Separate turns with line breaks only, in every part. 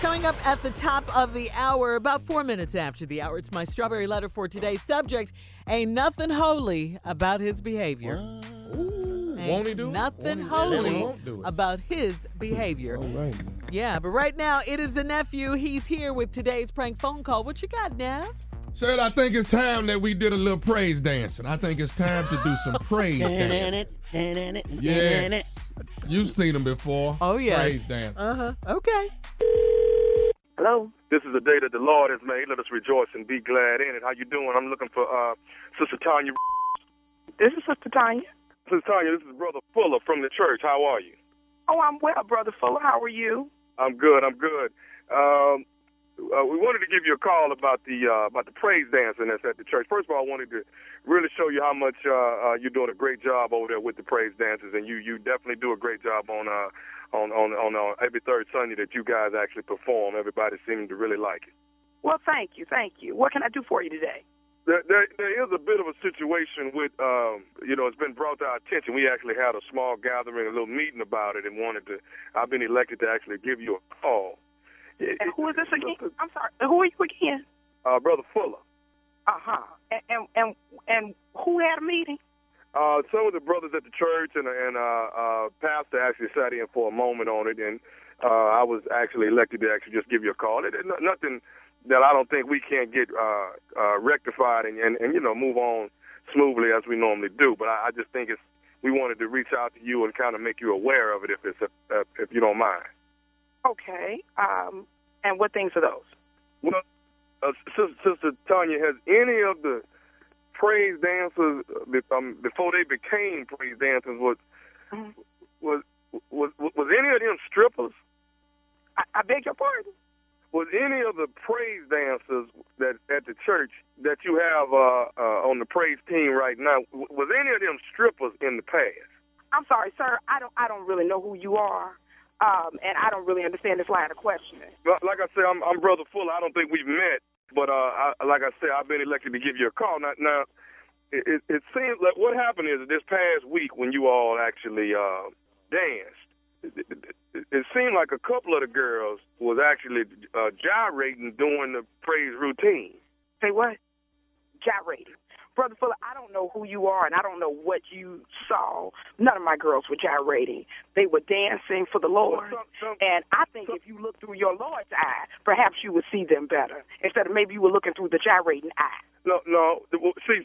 Coming up at the top of the hour, about four minutes after the hour, it's my strawberry letter for today. Subject: Ain't nothing holy about his behavior.
Ooh,
Ain't
won't he do it?
nothing
Won't he do it?
holy
Won't do it.
about his behavior.
All right. now.
Yeah, but right now it is the nephew. He's here with today's prank phone call. What you got, Nev?
Shirley, I think it's time that we did a little praise dancing. I think it's time to do some praise dancing. Yes. You've seen them before.
Oh, yeah.
Praise dance.
Uh huh. Okay.
Hello.
This is a day that the Lord has made. Let us rejoice and be glad in it. How you doing? I'm looking for uh, Sister Tanya.
This is Sister Tanya.
Sister Tanya, this is Brother Fuller from the church. How are you?
Oh, I'm well, Brother Fuller. How are you?
I'm good. I'm good. Um, uh, we wanted to give you a call about the uh, about the praise dancing that's at the church. First of all, I wanted to really show you how much uh, uh, you're doing a great job over there with the praise dances, and you you definitely do a great job on uh, on on on uh, every third Sunday that you guys actually perform. Everybody seemed to really like it.
Well, thank you. Thank you. What can I do for you today?
There, there, there is a bit of a situation with, um, you know, it's been brought to our attention. We actually had a small gathering, a little meeting about it, and wanted to. I've been elected to actually give you a call.
And who is this again? I'm sorry. Who are you again?
Uh, Brother Fuller.
Uh huh. And, and and and who had a meeting?
Uh, some of the brothers at the church and and uh, uh, pastor actually sat in for a moment on it, and uh, I was actually elected to actually just give you a call. It, it, no- nothing that I don't think we can't get uh, uh, rectified and, and and you know move on smoothly as we normally do. But I, I just think it's we wanted to reach out to you and kind of make you aware of it if it's uh if you don't mind.
Okay. Um. And what things are those?
Well, uh, Sis- Sister Tanya, has any of the praise dancers uh, be- um, before they became praise dancers was
Mhm.
was was was any of them strippers?
I, I beg your pardon.
Was any of the praise dancers that at the church that you have uh, uh, on the praise team right now? w- Was any of them strippers in the past?
I'm sorry, sir. I don't. I don't really know who you are. Um. And I don't really understand this line of questioning.
But like I said, I'm, I'm Brother Fuller. I don't think we've met, but uh, I, like I said, I've been elected to give you a call. Now, now it, it, it seems like what happened is this past week when you all actually uh, danced, it, it- it, it seemed like a couple of the girls was actually uh, gyrating during the praise routine.
Say what? Gyrating. Brother Fuller, I don't know who you are and I don't know what you saw. None of my girls were gyrating. They were dancing for the Lord.
Some- some-
And I think if you look through your Lord's eye, perhaps you would see them better. Instead of maybe you were looking through the gyrating eye.
No, no. the- well, See,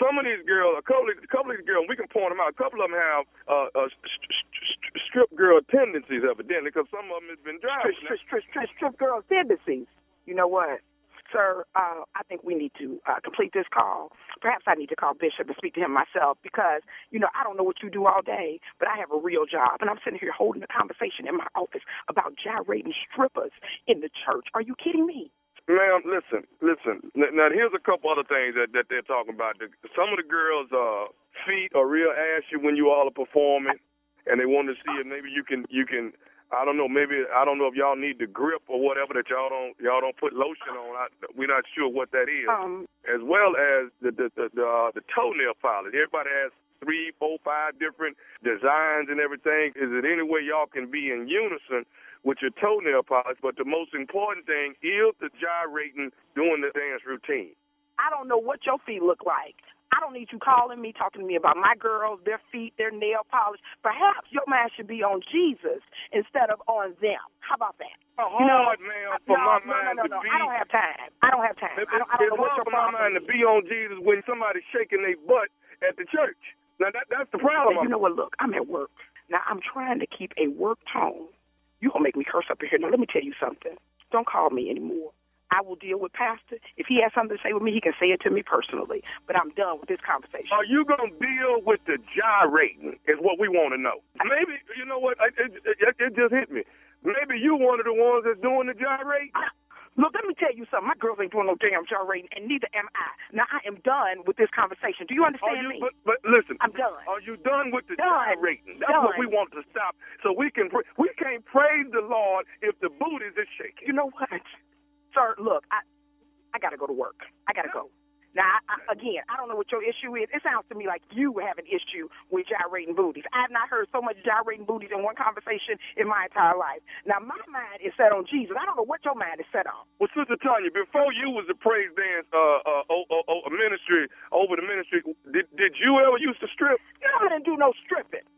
some of these girls, a couple, of, a couple of these girls, we can point them out. A couple of them have uh, uh, st- st- st- strip girl tendencies, evidently, because some of them has been driving.
Strip, strip, strip, strip, strip girl tendencies. You know what? Sir, uh, I think we need to uh, complete this call. Perhaps I need to call Bishop and speak to him myself because, you know, I don't know what you do all day, but I have a real job. And I'm sitting here holding a conversation in my office about gyrating strippers in the church. Are you kidding me?
Ma'am, listen, listen. N- Now, here's a couple other things that, that they're talking about. The- Some of the girls' uh, feet are real ashy when you all are performing, and they want to see if maybe you can, you can. I don't know. Maybe I don't know if y'all need the grip or whatever that y'all don't y'all don't put lotion on. I, we're not sure what that is.
Um,
as well as the the the, the, uh, the toenail polish. Everybody has three, four, five different designs and everything. Is it any way y'all can be in unison with your toenail polish? But the most important thing is the gyrating doing the dance routine.
I don't know what your feet look like. I don't need you calling me, talking to me about my girls, their feet, their nail polish. Perhaps your mind should be on Jesus instead of on them. How about that?
Hard,
You know,
man,
I-
for
Oh, uh, no,
my
no,
mind
no,
to
no, no.
be.
I don't have time. I don't have time.
It-
I don't, I don't
it's
know what
hard
your
for my
problem
mind to
is.
be on Jesus when somebody's shaking their butt at the church. Now that that's the problem.
Hey, you know what? Look, I'm at work. Now I'm trying to keep a work tone. You gonna make me curse up in here? Now let me tell you something. Don't call me anymore. I will deal with Pastor. If he has something to say with me, he can say it to me personally. But I'm done with this conversation.
Are you going to deal with the gyrating? Is what we want to know. Maybe you know what? I- It, it, it just hit me. Maybe you one of the ones that's doing the gyrate.
I- Look, let me tell you something. My girls ain't doing no damn gyrating, and neither am I. Now I am done with this conversation. Do you
Are
understand
you?
me?
But, but listen.
I'm done.
Are you done with the
Done.
gyrating? That's what
Done.
we want to stop. So we can pra- we can't praise the Lord if the booties is shaking.
you know what, sir? Look, I I gotta go to work. I gotta go. Now, I, I, again, I don't know what your issue is. It sounds to me like you have an issue with gyrating booties. I've not heard so much gyrating booties in one conversation in my entire life. Now, my mind is set on Jesus. I don't know what your mind is set on.
Well, Sister Tanya, before you was the praise dance uh, uh, o- o- o- ministry over the ministry, did, did you ever used to strip?
No, I didn't do no stripping.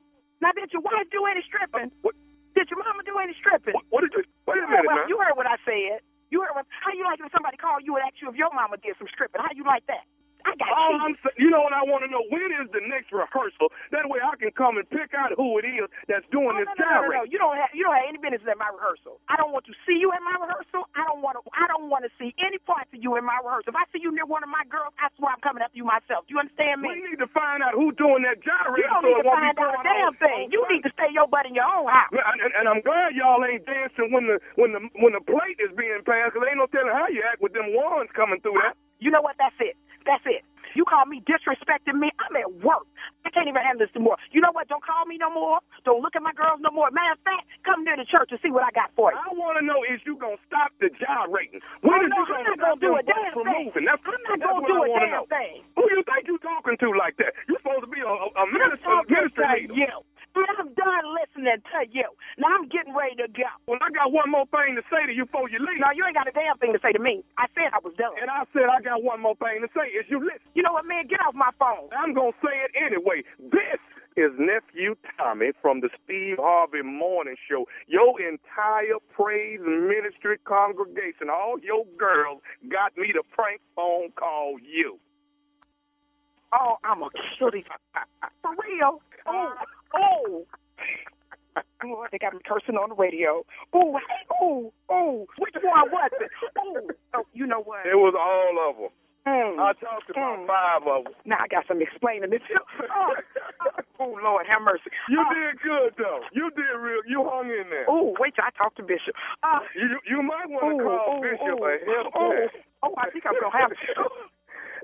Now, did your wife do any stripping?
What,
Did your mama do any stripping?
what, what did you? Wait
You
a
heard,
minute,
what,
man.
you heard what I said. You heard what? How you like it if somebody call you and ask you if your mama did some stripping? How you like that? I got
All
cheated.
I'm saying, you know what I want to know? When is the next rehearsal? That way I can come and pick out who it is that's doing
Oh,
this
no, no, no, no, no.
direct.
You don't have you don't have any business at my rehearsal. I don't want to see you at my rehearsal. I don't want to I don't want to see any parts of you in my rehearsal. If I see you near one of my girls, I swear I'm coming after you myself. Do you understand
We
me?
need to find out who doing that
You
gyrate
don't
so
need
it
to
won't
find
be
out a
going
damn
on-
thing. You need to stay your butt in your own house.
Man, And, and I'm glad y'all ain't dancing when the when the when the plate is being passed, 'cause ain't no telling how you act with them wands coming through that.
You know what? That's it. That's it. You call me disrespecting me. I'm at work. I can't even handle this no more. You know what? Don't call me no more. Don't look at my girls no more. Matter of fact, come near the church and see what I got for you.
I want to know is you gonna stop the gyrating? When
Oh,
is
no,
you
I'm
gonna
not
stop
gonna do
them
a damn
butt from
thing.
moving? That's,
I'm not
that's
gonna
what
do
I
a
wanna
damn
know.
thing.
Who you think you talking to like that? You supposed to be a, a, a minister,
I'm talking
minister
to
leader.
you. And I'm done listening to you. Now I'm getting ready to go.
Well, I got one more thing to say to you before you leave.
Now you ain't got a damn thing to say to me. I said I was done.
and I said I got one more thing to say. Is you listen?
You know what, man? Get off my phone.
I'm going to say it anyway. This is Nephew Tommy from the Steve Harvey Morning Show. Your entire praise ministry congregation, all your girls, got me to prank phone call you.
Oh, I'm a cutie. For real. Oh, oh. Oh, they got me cursing on the radio. Ooh, ooh, ooh. Which one was it? Ooh. Oh, you know what?
It was all of them.
Mm.
I talked to about five of them.
Now I got some explaining to do. Oh, oh, Lord, have mercy.
You
oh,
did good, though. You did real. You hung in there.
Ooh, wait till I talk to Bishop. Uh,
You, you might want
Ooh,
to call
ooh,
Bishop
ooh.
a help
Ooh.
desk.
Oh, I think I'm gonna have to.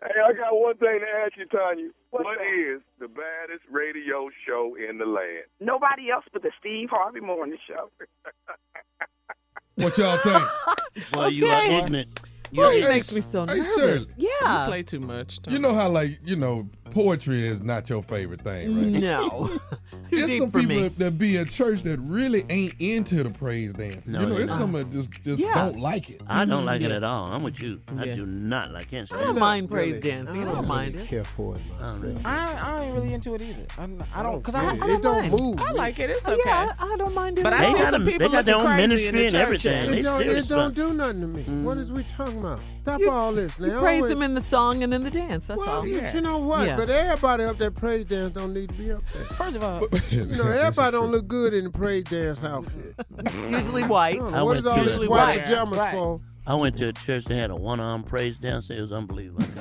Hey, I got one thing to ask you, Tanya.
What's
What
that?
is the baddest radio show in the land?
Nobody else but the Steve Harvey Morning Show.
What y'all think?
Boy, you are
Okay.
ignorant. You
Well,
are
he
ignorant.
makes me so
Hey,
nervous.
Shirley.
Yeah.
You play too much.
You know how like you know poetry is not your favorite thing, right?
No. Too
There's
deep
some
for
people
me.
that be at church that really ain't into the praise dance.
No,
you know,
they're
it's
not.
some that just just
Yeah.
don't like it.
I don't like it at all. I'm with you. I
Yeah.
do not like it.
I don't mind praise dancing. I
Oh,
don't mind it.
care for it myself.
I, I ain't really into it either. I'm, I don't, cause I,
I
I,
don't
don't
mind.
move.
I like it. It's
Oh,
okay.
Yeah, I I don't mind it.
But
at
I
They
all.
see
got,
some
a,
people
they got their
looking
own
crazy in
ministry
the
and
church
everything.
at-
They
It don't,
serious
it
about
don't do nothing to me. What is we talking about? Stop
You-
all this. They
You praise
always-
him in the song and in the dance. That's
Well,
all.
yes, you know what?
Yeah.
But everybody up there praise dance don't need to be up there.
first of all,
You know, everybody don't look good in the praise dance outfit.
Usually white.
I don't
I
know, what
went
is all
to-
this
Usually
white
white.
pajamas
Right.
for?
I went to a church that had a one-arm praise dancer. It was unbelievable. I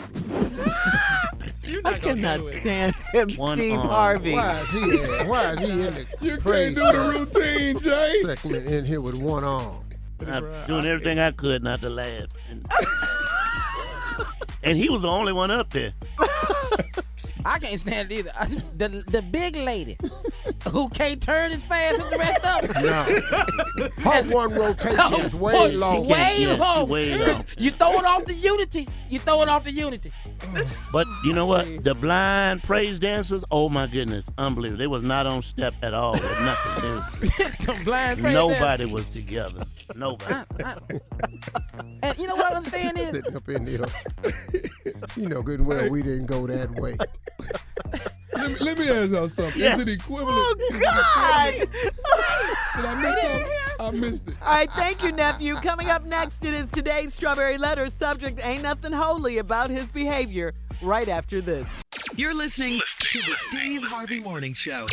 couldn't believe
I cannot stand him,
One
Steve
arm.
Harvey.
Why is he? at- Why is he in the
You can't
praise
do the routine, Jay.
segment in here with one arm?
it. I'm doing everything I could not to laugh. And, and he was the only one up there.
I can't stand it either. I, the the big lady who can't turn as fast as the rest of them.
No, her one rotation is
Oh,
way
she
long.
can't-
Way
yeah, she
long.
way
Cause
long.
You throw it off the unity. You throw it off the unity.
But you know what? The blind praise dancers, oh my goodness, unbelievable. They was not on step at all with nothing. They was-
Them blind praise dancers.
nobody was together. Nobody.
And you know what I understand is
Sitting up in here, you know good and well we didn't go that way.
Let me, let me ask y'all something.
Yeah.
Is it equivalent?
Oh,
Is it
God.
equivalent? Did I miss something? I missed it.
All right, thank you, nephew. Coming up next, it is today's Strawberry Letter. Subject Ain't Nothing Holy About His Behavior, right after this.
You're listening to the Steve Harvey Morning Show.